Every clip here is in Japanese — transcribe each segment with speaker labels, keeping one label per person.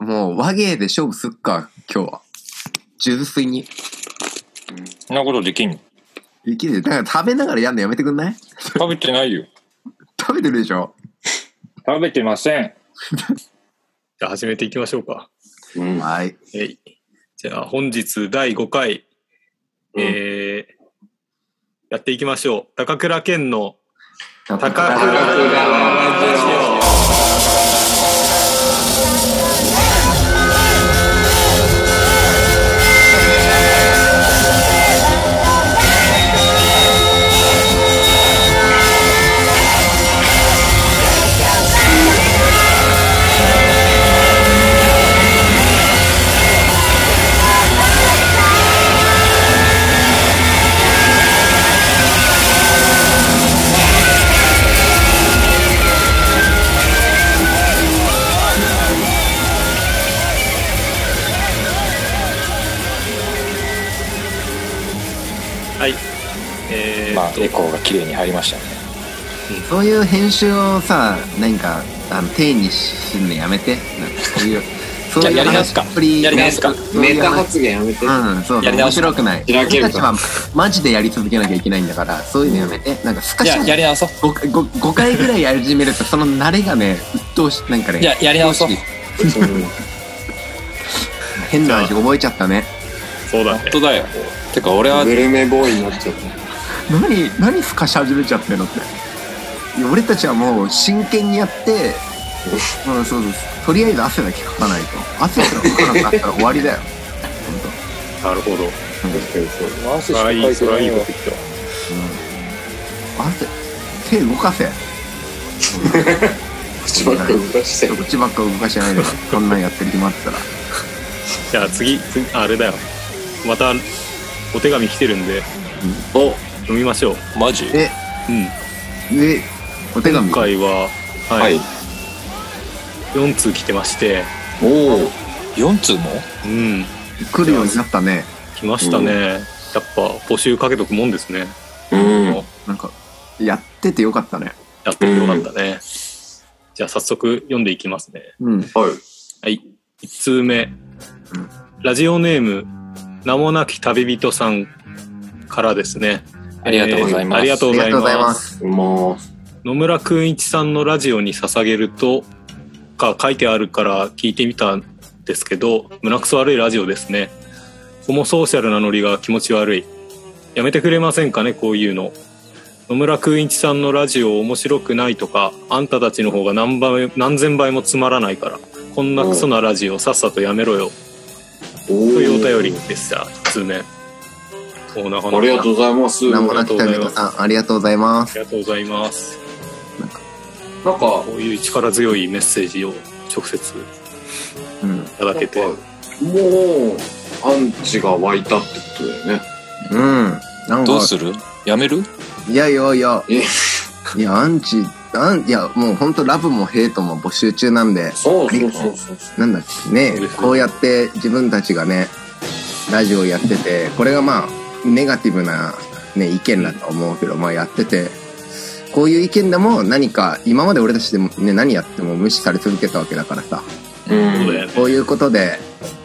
Speaker 1: もう和芸で勝負すっか、今日は。純粋に。
Speaker 2: そんなことできんの
Speaker 1: いきるだから食べながらやんのやめてくんない
Speaker 2: 食べてないよ。
Speaker 1: 食べてるでしょ
Speaker 2: 食べてません。
Speaker 3: じゃあ始めていきましょうか。
Speaker 4: うん。
Speaker 1: はい。
Speaker 3: えい。じゃあ本日第5回、
Speaker 4: うん
Speaker 3: えーやっていきましょう。高倉健の高倉
Speaker 1: 高
Speaker 4: 倉
Speaker 3: ラジオはい。え
Speaker 2: ま
Speaker 3: ー
Speaker 2: あ
Speaker 3: っ、と、
Speaker 2: エコーが綺麗に入りましたね。
Speaker 1: そういう編集をさ、なんか、あの、手にすんのやめて。なんかそう いう、そういう
Speaker 2: ややり直すか
Speaker 1: 話っぷり
Speaker 2: やり直すか
Speaker 1: そうい
Speaker 4: メ
Speaker 1: う
Speaker 4: タ
Speaker 1: 話
Speaker 4: 発言やめて。
Speaker 1: うん、そう、
Speaker 2: や
Speaker 1: 面
Speaker 2: り直す
Speaker 1: 白くない。
Speaker 4: 開け
Speaker 1: 俺
Speaker 4: る
Speaker 1: た
Speaker 4: か
Speaker 1: ちは、マジでやり続けなきゃいけないんだから、そういうのやめて。なんか、スカ
Speaker 2: じ
Speaker 1: シ
Speaker 2: ゃあ、やり直そう。
Speaker 1: 5, 回ぐらいやり始めると、その慣れがね、鬱陶しい。なんかね、
Speaker 2: じゃあ、やり直そう。
Speaker 1: 変な味覚えちゃったね。
Speaker 3: そうだ
Speaker 2: 本
Speaker 3: ね。
Speaker 2: 当だよ。てか、俺は
Speaker 4: グ、ルメボーイになっちゃっ
Speaker 1: 何何すかし始めちゃってんのっていや俺たちはもう真剣にやってうんそうそうとりあえず汗だけかかないと汗すらかかなくなったら終わりだよ
Speaker 3: なるほど。
Speaker 4: た。確かにそう。
Speaker 2: 回すし
Speaker 3: あ
Speaker 2: か
Speaker 3: あ、
Speaker 2: 書い
Speaker 3: いい、
Speaker 2: て
Speaker 3: それ
Speaker 2: な
Speaker 3: はいいい
Speaker 2: よ
Speaker 3: こと言ったわ。
Speaker 1: 汗手動か せ
Speaker 4: 口ばっか動かして。
Speaker 1: 口ばっか動かしてないでこんなんやってる暇あったら
Speaker 3: じゃあ次、次ああれだよ。また、お手紙来てるんで、
Speaker 2: お、
Speaker 3: 読みましょう。
Speaker 2: マジ
Speaker 1: え
Speaker 3: うん。
Speaker 1: えお手紙
Speaker 3: 今回は、は、
Speaker 4: はいい。
Speaker 3: 4通来てまして、
Speaker 4: おお。
Speaker 2: ?4 通も
Speaker 3: うん。
Speaker 1: 来るようになったね
Speaker 3: 来ましたね。
Speaker 4: うん
Speaker 3: やっぱ募集かけとくもんですね。
Speaker 4: うん。
Speaker 1: なんかやっててよかったね
Speaker 3: やっててよかったね。じゃあ早速読んでいきますね。
Speaker 1: うん
Speaker 4: はい。
Speaker 3: はい。1通目。ラジオネーム、名もなき旅人さんからですね。
Speaker 2: ありがとうございます
Speaker 3: えーありがとう
Speaker 1: あり
Speaker 3: ご
Speaker 1: が
Speaker 3: ざい
Speaker 1: とうござい
Speaker 3: ま。
Speaker 1: ますす
Speaker 4: も
Speaker 3: 野村くんいちさんのラジオに捧げると、か書いてあるから聞いてみたんですけど、胸くそ悪いラジオですね。ホモソーシャルなノリが気持ち悪い。やめてくれませんかね、こういうの。野村くんいちさんのラジオ面白くないとか、あんたたちの方が何倍、何千倍もつまらないから、こんなクソなラジオさっさとやめろよ。
Speaker 4: う。お
Speaker 3: と
Speaker 4: お
Speaker 3: いうお便りでした、1通目。おなかなか
Speaker 4: ありがとうございます。
Speaker 1: 名
Speaker 4: なん
Speaker 1: も
Speaker 4: か、
Speaker 1: なき旅人さんありがとうございま
Speaker 3: あ
Speaker 1: す
Speaker 3: りがとうございます。
Speaker 4: な
Speaker 3: こういう力強いメッセージを直接
Speaker 1: うん
Speaker 3: いただけ
Speaker 4: んか
Speaker 3: て。
Speaker 4: もう、アンチが湧いたってことだよね。
Speaker 1: うんなん
Speaker 2: ど
Speaker 1: か
Speaker 2: うするやめる
Speaker 1: いやいやいや
Speaker 4: え。
Speaker 1: いや、アンチ、アン、いや、もうほんとラブもヘイトも募集中なんで、
Speaker 4: そうそうそうそう。
Speaker 1: なんだっけね
Speaker 3: そうです、ね
Speaker 1: こうやって自分たちがね、ラジオやってて、これがまあ、ネガティブなね、意見だと思うけど、まあやってて、こういう意見でも何か、今まで俺たちでもね、何やっても無視され続けたわけだからさ、
Speaker 4: う
Speaker 3: そうだ
Speaker 4: ん。
Speaker 3: よね
Speaker 1: こういうことで、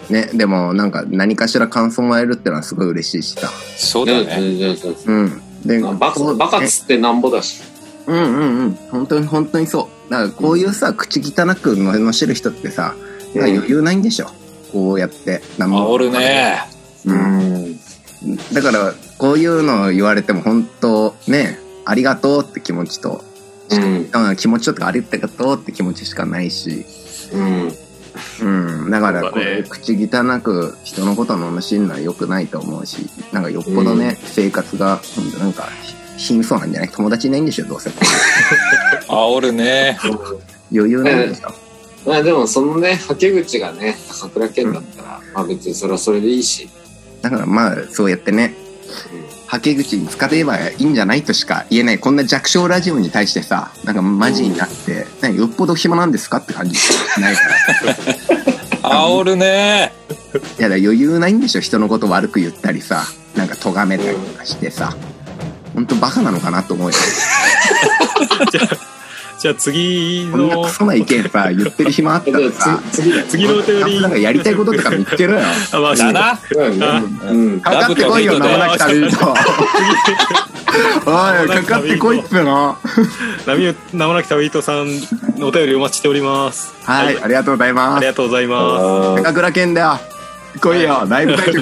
Speaker 1: ね、でもなんか何かしら感想もらえるってのはすごい嬉しいしさ。
Speaker 2: そうだね。
Speaker 4: ねね
Speaker 1: うん。で、
Speaker 4: バカ、バカつってなんぼだし。
Speaker 1: うんうんうん本当に本当にそうだからこういうさ、口汚くののしてる人ってさ、
Speaker 4: うん
Speaker 1: 余裕ないんでしょこうやって何も
Speaker 2: 煽るね。
Speaker 1: うん、
Speaker 4: ん。
Speaker 1: だからこういうのを言われても本当ねありがとうって気持ちと、
Speaker 4: うん。
Speaker 1: うん、気持ちとかありがとうって気持ちしかないし、
Speaker 4: うん。
Speaker 1: うん、だから
Speaker 3: そう
Speaker 1: こ
Speaker 3: だ
Speaker 1: う、
Speaker 3: ね
Speaker 1: 口汚く人のことを罵るのは良くないと思うしなんかよっぽどね、
Speaker 4: うん
Speaker 1: 生活が本当なんか貧相なんじゃない友達いないんでしょどうせ
Speaker 2: 煽るね。
Speaker 1: 余裕ないんでしょ、
Speaker 4: まあでもそのね、はけ口がね、高倉健だったら、まあ別にそれはそれでいいし。
Speaker 1: だからまあそうやってねはけ口に使っていればいいんじゃないとしか言えないこんな弱小ラジオに対してさなんかマジになって、なんかよっぽど暇なんですかって感じないからい
Speaker 2: 煽るね。
Speaker 1: やだから余裕ないんでしょ人のこと悪く言ったりさなんか咎めたりとかしてさ、ほんとバカなのかなと思うよ
Speaker 3: じゃあ次
Speaker 1: こんな
Speaker 3: の
Speaker 1: クソな意見さ、言ってる暇あった
Speaker 4: えじゃ
Speaker 1: ら
Speaker 4: あ
Speaker 1: さ、
Speaker 4: つ次だよ。
Speaker 3: 次のお便り
Speaker 1: なんかやりたいこととか見つ けろよ。
Speaker 3: あまあ
Speaker 2: だな。
Speaker 4: そうだねうん。
Speaker 1: かかってこいよ、名もなき旅 人。おい、かかってこいっつうの。
Speaker 3: 波名もなき旅人さんのお便りお待ちしております
Speaker 1: はい、ありがとうござい
Speaker 3: あ
Speaker 1: ま
Speaker 3: り
Speaker 1: す。
Speaker 3: がとうございます
Speaker 4: あー
Speaker 1: 高倉健だよ。来いよ、ライブ会場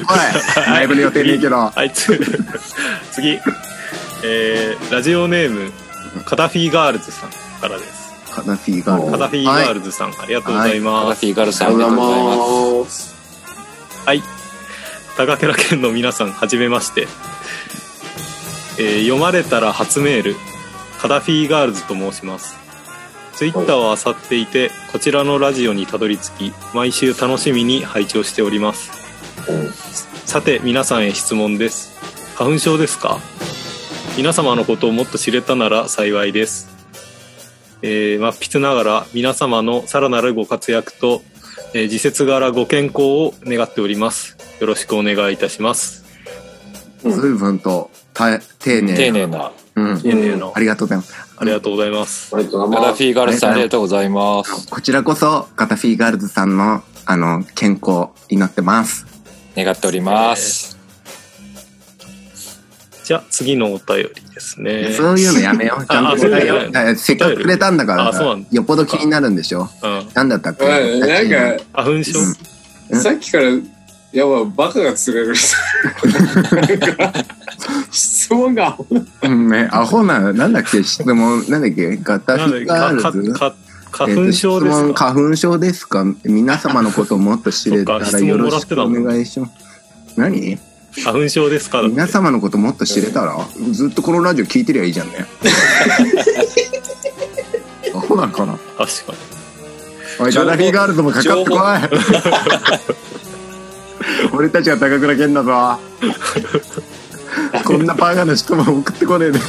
Speaker 1: 来い。ライブの予定ねえけど。
Speaker 3: あいつ 次、えーラジオネームカダフィガールズさんからです
Speaker 1: カナフィーガール。
Speaker 3: カダフィガールズさん、ありがとうござい
Speaker 2: ア
Speaker 3: ま
Speaker 2: ラ
Speaker 3: す、
Speaker 2: フィーガルさ
Speaker 4: あ
Speaker 2: ん、あ
Speaker 4: り
Speaker 2: り
Speaker 4: が
Speaker 2: が
Speaker 4: と
Speaker 2: と
Speaker 4: う
Speaker 2: うござ
Speaker 4: ござい
Speaker 2: います。
Speaker 4: ます。
Speaker 3: 高倉健の皆さんはじめまして、えー読まれたら初メールカダフィーガールズと申しますツイッターを漁っていてこちらのラジオにたどり着き毎週楽しみに拝聴しておりますさて皆さんへ質問です花粉症ですか皆様のことをもっと知れたなら幸いですえー、まっぴつながら皆様のさらなるご活躍と、えー、自節柄ご健康を願っておりますよろしくお願いいたします
Speaker 1: 随分とた丁
Speaker 2: 丁
Speaker 1: 寧な。
Speaker 2: 寧な。
Speaker 1: うん。
Speaker 4: うん
Speaker 3: DNA の
Speaker 1: ありがとうございます。
Speaker 3: ありがとうございます
Speaker 4: ありがとうござ
Speaker 2: ア
Speaker 4: い
Speaker 2: ラ
Speaker 4: ま
Speaker 2: フ
Speaker 4: す。
Speaker 2: ィーガルさん、ありがとうございます。
Speaker 1: こちらこそ、カタフィーガールズさんの、あの、健康、祈ってます。
Speaker 2: 願っております。
Speaker 3: じゃあ次のお便りです
Speaker 1: いや
Speaker 3: ね
Speaker 1: そういうのやめよう。ちゃんと答えよ
Speaker 3: あそ
Speaker 1: う
Speaker 3: う
Speaker 1: いや。せっかくくれたんだか
Speaker 3: あそうな
Speaker 1: ら
Speaker 3: んだ、
Speaker 1: よっぽど気になるんでしょ。
Speaker 3: うん
Speaker 1: なんだったっけ
Speaker 4: うんなんか、
Speaker 3: 花粉症
Speaker 1: うん
Speaker 4: さっきから、やばい、バカが釣れ る。なんか質問が、
Speaker 1: うんね、アホな、なんだっけ、質問、なんだっけ、ガタ
Speaker 3: なん
Speaker 1: フ
Speaker 3: で
Speaker 1: ィガ
Speaker 3: か
Speaker 1: ールズ
Speaker 3: かか花粉症で
Speaker 1: えーと質
Speaker 3: す
Speaker 1: 問
Speaker 3: か
Speaker 1: 花粉症です か皆様のことをもっと知れた
Speaker 3: そっから質問
Speaker 1: よ
Speaker 3: も
Speaker 1: ろ
Speaker 3: らっ
Speaker 1: してく
Speaker 3: た
Speaker 1: お
Speaker 3: もん
Speaker 1: 願いします。何
Speaker 3: 花粉症ですかだって
Speaker 1: 皆様のこともっと知れたらずっとこのラジオ聞いてりゃいいじゃん ね。アホなのかな
Speaker 3: 確かに
Speaker 1: おい、
Speaker 2: 情
Speaker 1: ガ
Speaker 2: 報
Speaker 1: ダフィーガールズもかかってこい 俺たちは高倉健だ ぞ。こんなバカな人も送ってこねえで。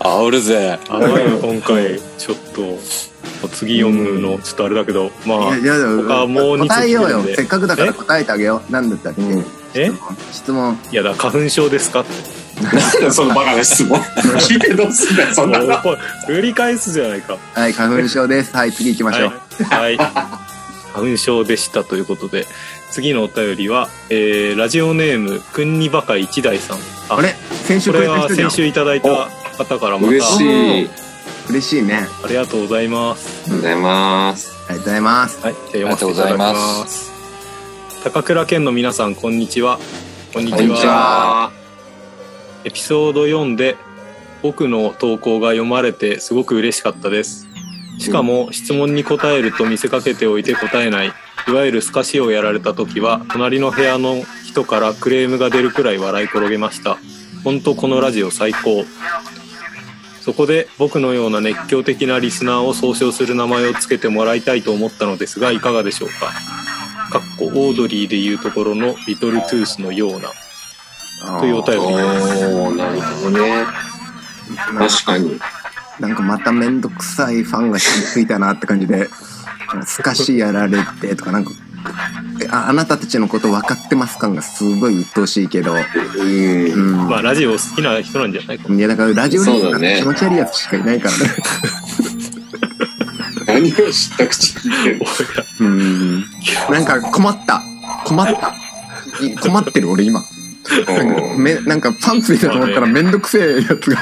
Speaker 2: 煽るぜ。
Speaker 3: あまり今回ちょっと次読むのちょっとあれだけどまあ
Speaker 1: いやいや
Speaker 3: 他もう二通
Speaker 1: 答えようよ
Speaker 3: 来てるんで
Speaker 1: せっかくだから答えてあげよう何だったっけ、
Speaker 4: うん
Speaker 3: え
Speaker 1: 質問
Speaker 3: いやだから花粉症ですかって
Speaker 4: なんだそのバカな質 問。聞いてどうすんだよ、そんなの。
Speaker 3: もう振り返すじゃないか
Speaker 1: はい花粉症ですはい次行きましょう、
Speaker 3: はい、はい、花粉症でしたということで次のお便りは、えーラジオネームくんにばか一代さんあ
Speaker 1: あれ先週
Speaker 3: こ
Speaker 1: くれ
Speaker 3: れ
Speaker 1: た
Speaker 3: は
Speaker 1: 人じゃん
Speaker 3: 先週いただいた方からまた
Speaker 4: 嬉しい。ありが
Speaker 1: 嬉しいね
Speaker 3: ありがとうございます
Speaker 4: とうございます。
Speaker 1: ありがとうございます
Speaker 3: はいじゃあ読ませていただ
Speaker 2: ありがとうご
Speaker 3: き
Speaker 2: ざい
Speaker 3: ま
Speaker 2: ます
Speaker 3: 高倉健の皆さんこんにちはこんに
Speaker 4: こんにちは。
Speaker 3: エピソード4で僕の投稿が読まれてすごく嬉しかったです。しかも質問に答えると見せかけておいて答えない、いわゆるスカシをやられた時は隣の部屋の人からクレームが出るくらい笑い転げました。ほんとこのラジオ最高。そこで僕のような熱狂的なリスナーを総称する名前をつけてもらいたいと思ったのですがいかがでしょうかかっこオードリーでいうところのリトルトゥースのようなというお便
Speaker 4: お
Speaker 3: り
Speaker 4: ー、なるほどね。
Speaker 1: なんか
Speaker 4: 確かに。
Speaker 1: なんかまためんどくさいファンがついたなって感じで「すかしやられて」とかなんかえあ「あなたたちのこと分かってます」感がすごい鬱陶しいけど、
Speaker 4: うん
Speaker 1: う。ん
Speaker 3: まあラジオ好きな人なんじゃないか
Speaker 1: いやだからラジオリ
Speaker 4: そう
Speaker 1: ー
Speaker 4: だね
Speaker 1: 気持ち悪いやつしかいないからね。
Speaker 4: 何を知った口聞いてる
Speaker 1: うん。なんか困った。困った。い困ってる俺今。なんか
Speaker 4: の
Speaker 1: めなんかパンツ見たと思ったらめんどくせえやつが。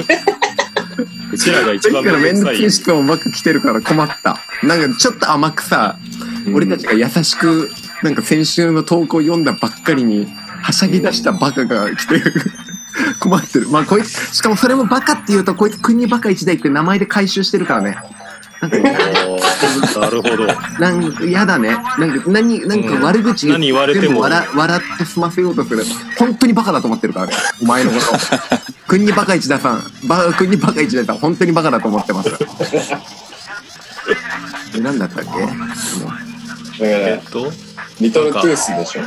Speaker 3: うちらが
Speaker 1: さ
Speaker 3: 一
Speaker 1: っ
Speaker 3: 番
Speaker 1: きからめ
Speaker 3: 面
Speaker 1: んどく
Speaker 3: 倒く
Speaker 1: せえ
Speaker 3: さ
Speaker 1: 質問ばっか来てるから困った。なんかちょっと甘くさ、俺たちが優しく、なんか先週の投稿読んだばっかりに、はしゃぎ出したバカが来て、 困ってる。まあこいつ、しかもそれもバカって言うと、こいつ国バカ一代って名前で回収してるからね。
Speaker 3: い。なるほど。
Speaker 1: なんか嫌だね。なんか何、なんか悪口言って
Speaker 3: 何言われても
Speaker 1: 笑笑って済ませようとする。本当にバカだと思ってる からね。お前のこと。国にバカ一田さん、ば国にバカ一田さん、本当にバカだと思ってます。 え、なんだったっけ
Speaker 3: え
Speaker 4: だ
Speaker 3: っと、
Speaker 4: リトルトゥースでしょ。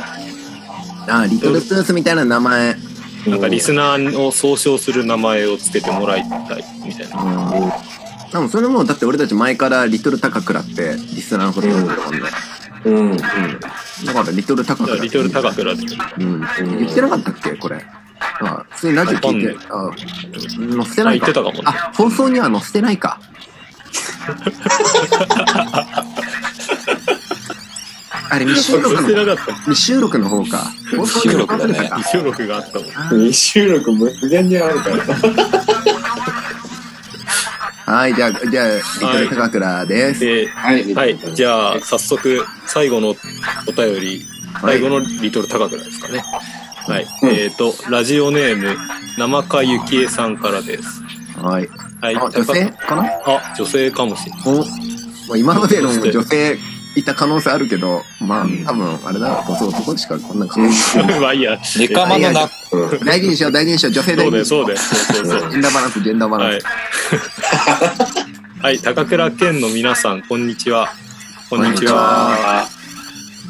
Speaker 1: あ、リトルトゥースみたいな名前。うん
Speaker 3: なんかリスナーを総称する名前をつけてもらいたいみたいな。
Speaker 1: でもそれも、だって俺たち前からリトル高倉ってリスナーのこと呼んでるもんね。
Speaker 4: うん。
Speaker 1: だからリトル高
Speaker 3: じゃあ
Speaker 1: 倉。
Speaker 3: リトル高倉で。
Speaker 1: うん。言ってなかったっけこれ。あ普通にラジオ聞いて、あ載せて
Speaker 3: あ
Speaker 1: な
Speaker 3: 言
Speaker 1: い
Speaker 3: って
Speaker 1: か。
Speaker 3: たかもね
Speaker 1: あ、放送には載せてない か。あれ、未収録
Speaker 3: 忘れ
Speaker 1: の、
Speaker 3: なかっ
Speaker 1: 未収録の方か。放送に載せてた
Speaker 3: た
Speaker 1: か。
Speaker 3: 収録があったもん
Speaker 4: 未収録無限にあるからさ。
Speaker 1: はい、じゃあ、じゃあ、リトル高倉です。
Speaker 3: で
Speaker 4: はい
Speaker 3: はいじゃあ早速最後のお便り最後のリトル高倉ですかねはい、
Speaker 4: うん
Speaker 3: えっ、とラジオネーム生香ゆきえさんからです
Speaker 1: はい。
Speaker 3: はい
Speaker 1: あ、女性
Speaker 3: 高
Speaker 1: かな
Speaker 3: あ女性かもしれない
Speaker 1: お、まあ、今までの女性いた可能性あるけど、まあ、多分、あれだろう、女性男しかこんな可能 性
Speaker 3: まあいいや
Speaker 2: ネカマのな、
Speaker 4: うん
Speaker 1: 大事にしよう、大事にしよう、女性
Speaker 3: そ
Speaker 1: 大事
Speaker 3: うだよ
Speaker 1: にしよ
Speaker 3: そうだよそう そうそう
Speaker 1: ジェンダーバランス、ジェンダーバランス。
Speaker 3: はい。 はい、高倉健の皆さん、こんにちは。こ
Speaker 1: んにちは。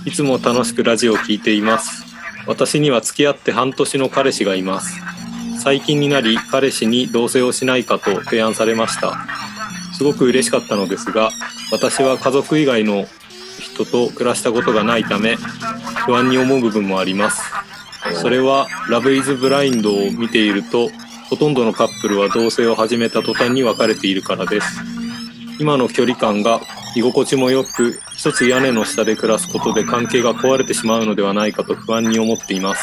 Speaker 3: いつも楽しくラジオを聞いています。私には付き合って半年の彼氏がいます。最近になり、彼氏に同棲をしないかと提案されました。すごく嬉しかったのですが、私は家族以外の人と暮らしたことがないため、不安に思う部分もあります。それは「ラブ・イズ・ブラインド」を見ているとほとんどのカップルは同棲を始めた途端に別れているからです今の距離感が居心地もよく一つ屋根の下で暮らすことで関係が壊れてしまうのではないかと不安に思っています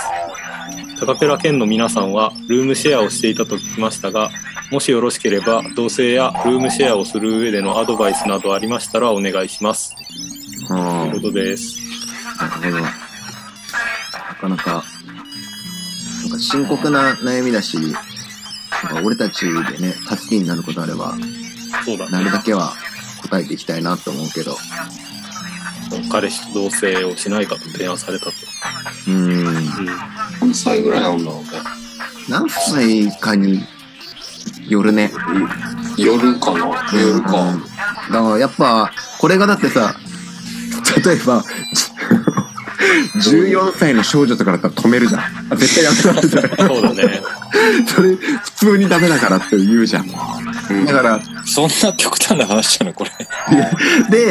Speaker 3: 高倉健の皆さんはルームシェアをしていたと聞きましたがもしよろしければ同棲やルームシェアをする上でのアドバイスなどありましたらお願いします
Speaker 1: うん
Speaker 3: ということです
Speaker 1: なるほど。なかなか、なんか深刻な悩みだし、なんか俺たちでね、助けになることあれば、
Speaker 3: そうだ
Speaker 1: な
Speaker 3: ね
Speaker 1: るだけは答えていきたいなと思うけど、
Speaker 3: 彼氏と同棲をしないかと提案されたと、
Speaker 1: うーん、
Speaker 3: うん
Speaker 4: 何歳ぐらいあんだろうね。
Speaker 1: 何歳かによるね。
Speaker 4: 夜かな夜
Speaker 1: う
Speaker 4: か
Speaker 1: ん。だからやっぱ、これがだってさ、例え ば、じゅ14歳の少女とかだったら止めるじゃん。あ絶対やめなさい。
Speaker 3: そうだね。
Speaker 1: それ、普通にダメだからって言うじゃん。だから、
Speaker 2: そんな極端な話なのこれ。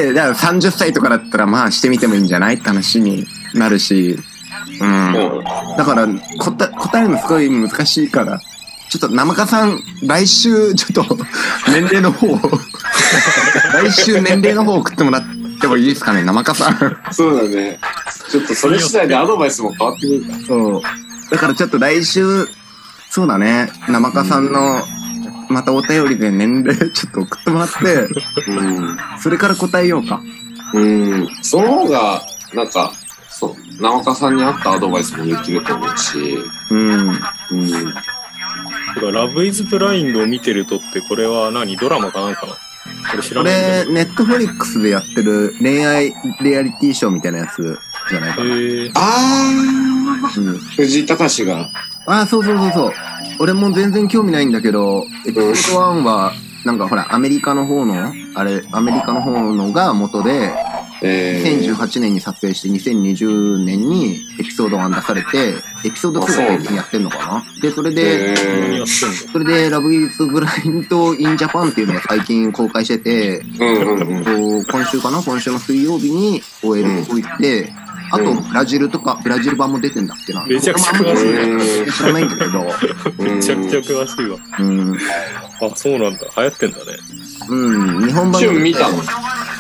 Speaker 1: で、だから30歳とかだったら、まあしてみてもいいんじゃないって話になるし、うん。
Speaker 4: うん
Speaker 1: だから、答答えるのすごい難しいから、ちょっと、生かさん、来週、ちょっと、 年齢の方 を、来週年齢の方を送ってもらってもいいですかね、生かさん。
Speaker 4: そうだね。ちょっとそれ次第でアドバイスも変わってくるから。
Speaker 1: そう。だからちょっと来週、そうだね、生かさんの、またお便りで年齢ちょっと送ってもらって、それから答えようか。
Speaker 4: うん。うん。その方が、なんか、そう、直岡さんに合ったアドバイスもできると思うし、
Speaker 1: うん。
Speaker 4: うん。
Speaker 3: だからラブイズブラインドを見てるとって、これは何ドラマかなんかなこれ知
Speaker 1: こ
Speaker 3: らないんだ
Speaker 1: れ、
Speaker 3: けど。
Speaker 1: ネットフリックスでやってる恋愛リアリティショーみたいなやつじゃないかな。
Speaker 3: へえ
Speaker 4: あー、
Speaker 1: うん、
Speaker 4: 藤井隆が、
Speaker 1: ああ、そうそうそうそう。俺も全然興味ないんだけど、エピソード1は、なんかほら、アメリカの方の、あれ、アメリカの方のが元で、
Speaker 4: えー、
Speaker 1: 2018年に撮影して2020年にエピソード1出されて、エピソード2が最近やってんのかなで、それで、
Speaker 4: え
Speaker 3: 何や
Speaker 4: ー
Speaker 3: って
Speaker 1: それで、ラブイズブラインド・イン・ジャパンっていうのが最近公開してて、
Speaker 4: うんうんうん。
Speaker 1: こう今週かな今週の水曜日に OL
Speaker 4: うん
Speaker 1: 置いて、あとブラジルとか、ブラジル版も出てんだっけな。
Speaker 3: めちゃくちゃ詳し
Speaker 4: いね
Speaker 1: 知らないんだけど、
Speaker 3: んのめちゃくちゃ詳しいわ。
Speaker 1: うん、
Speaker 3: あ、そうなんだ。流行ってんだね。
Speaker 1: うん、日本版
Speaker 4: チュン見たの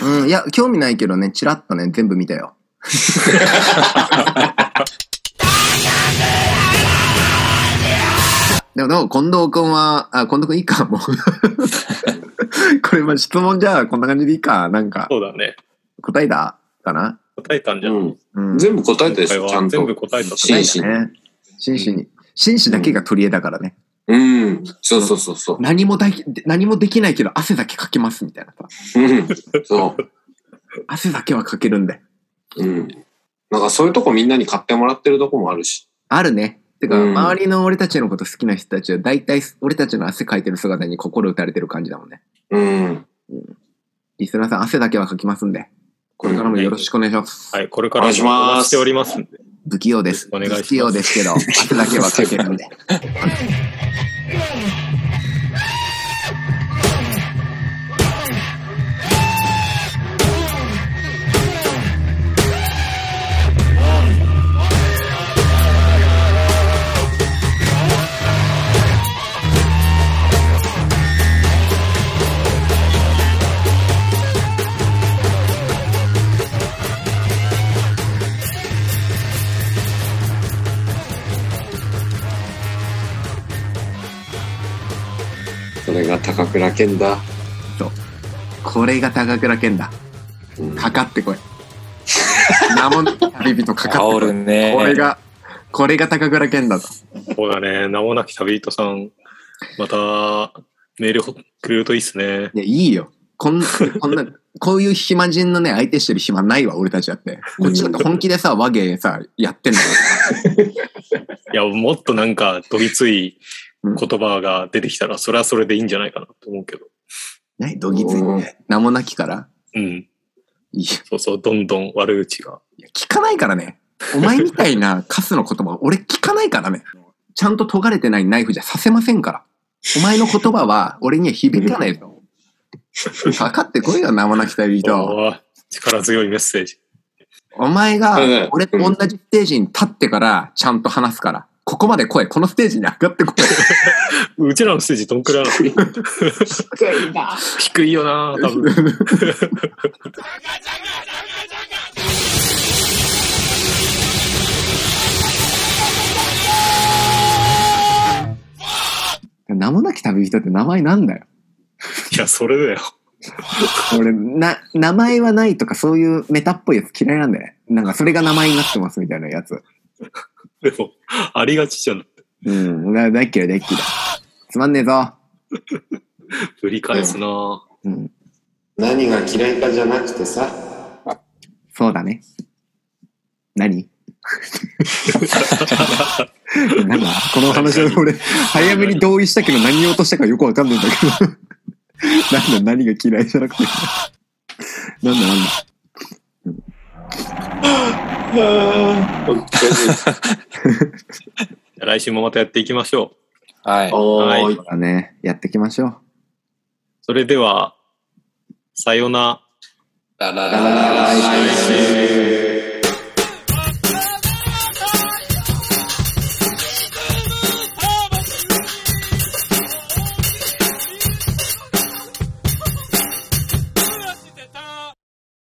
Speaker 1: うん、いや、興味ないけどね、チラッとね、全部見たよ。 でもどう、近藤くんは、あ、近藤くんいいか、もう。これ、まあ質問じゃあ、こんな感じでいいか、なんか、
Speaker 3: そうだね。
Speaker 1: 答えだかな
Speaker 3: 答えたんじゃん。
Speaker 4: うん。
Speaker 1: うん。
Speaker 4: 全部答えたでしょ、
Speaker 3: 今
Speaker 4: ち
Speaker 3: 回
Speaker 4: ゃ
Speaker 3: は
Speaker 4: んと。
Speaker 3: 全部答えたと
Speaker 4: 真摯に。
Speaker 1: ね。真摯に。真摯だけが取り柄だからね。
Speaker 4: うん。そうそうそうそう。
Speaker 1: 何もだき、何もできないけど汗だけかきますみたいなさ。
Speaker 4: うん。そ
Speaker 1: 汗だけはかけるんで。
Speaker 4: う。うん。なんかそういうとこみんなに買ってもらってるとこもあるし。
Speaker 1: あるね。てか、
Speaker 4: うん
Speaker 1: 周りの俺たちのこと好きな人たちは、大体俺たちの汗かいてる姿に心打たれてる感じだもんね。
Speaker 4: うん。
Speaker 1: リスナーさん、汗だけはかきますんで。これからもよろしくお願いします。
Speaker 3: はい、これから
Speaker 4: お願いします
Speaker 3: お待ちしておりますんで。
Speaker 1: 不器用です。
Speaker 3: お願いします
Speaker 1: 不器用ですけど、汗だけはかけるん で。
Speaker 5: 「
Speaker 4: 倉健だ。
Speaker 1: これが高倉健だ。
Speaker 4: うん
Speaker 1: かかってこい。名もなき旅人かかって
Speaker 2: 煽
Speaker 1: こ
Speaker 2: る
Speaker 1: い。
Speaker 2: ね。
Speaker 1: これが、これが高倉健だと。
Speaker 3: そうだね。名もなき旅人さん、また、メールくれるといいっすね。
Speaker 1: いや、いいよ。こん こんな、こういう暇人のね、相手してる暇ないわ、俺たちだって。こっちだって本気でさ、和芸さ、やってんだよ。
Speaker 3: いや、もっとなんか、どぎつい言葉が出てきたら、それはそれでいいんじゃないかなと思うけど。
Speaker 1: ね、どぎつい
Speaker 4: うん
Speaker 1: ね。名もなきから。
Speaker 3: うん。
Speaker 1: いや、
Speaker 3: そうそう、どんどん悪口が。
Speaker 1: いや聞かないからね。お前みたいな カスの言葉、俺聞かないからね。ちゃんと尖れてないナイフじゃさせませんから。お前の言葉は、俺には響かないぞ。かかってこいよ、名もなき旅人。
Speaker 3: おー力強いメッセージ。
Speaker 1: お前が
Speaker 4: うんうん、
Speaker 1: 俺と同じステージに立ってから、ちゃんと話すから。ここまで来い。このステージに上がってこい。
Speaker 3: うちらのステージどんくらいなの
Speaker 4: 低いな。
Speaker 3: 低いよな 多分。
Speaker 1: 名もなき旅人って名前なんだ よ。
Speaker 3: いや、それだよ。
Speaker 1: 俺、な、名前はないとかそういうメタっぽいやつ嫌いなんだよね。なんかそれが名前になってますみたいなやつ。
Speaker 3: でも、ありがちじゃん。
Speaker 1: うん。だ大っ嫌い大っ嫌い。つまんねえぞ。
Speaker 3: 振り返すなぁ
Speaker 1: うん。
Speaker 4: 何が嫌いかじゃなくてさ。
Speaker 1: そうだね。何 なんだこの話は俺、早めに同意したけど何言おうとしたかよくわかんないんだけど。 なんだ何が嫌いじゃなくて。なんだなんだ。
Speaker 4: 本
Speaker 3: じゃあ来週もまたやっていきましょう。
Speaker 2: はい。
Speaker 4: 当に。
Speaker 1: そうだね。やっていきましょう。
Speaker 3: それでは、さよなら。
Speaker 4: 来週。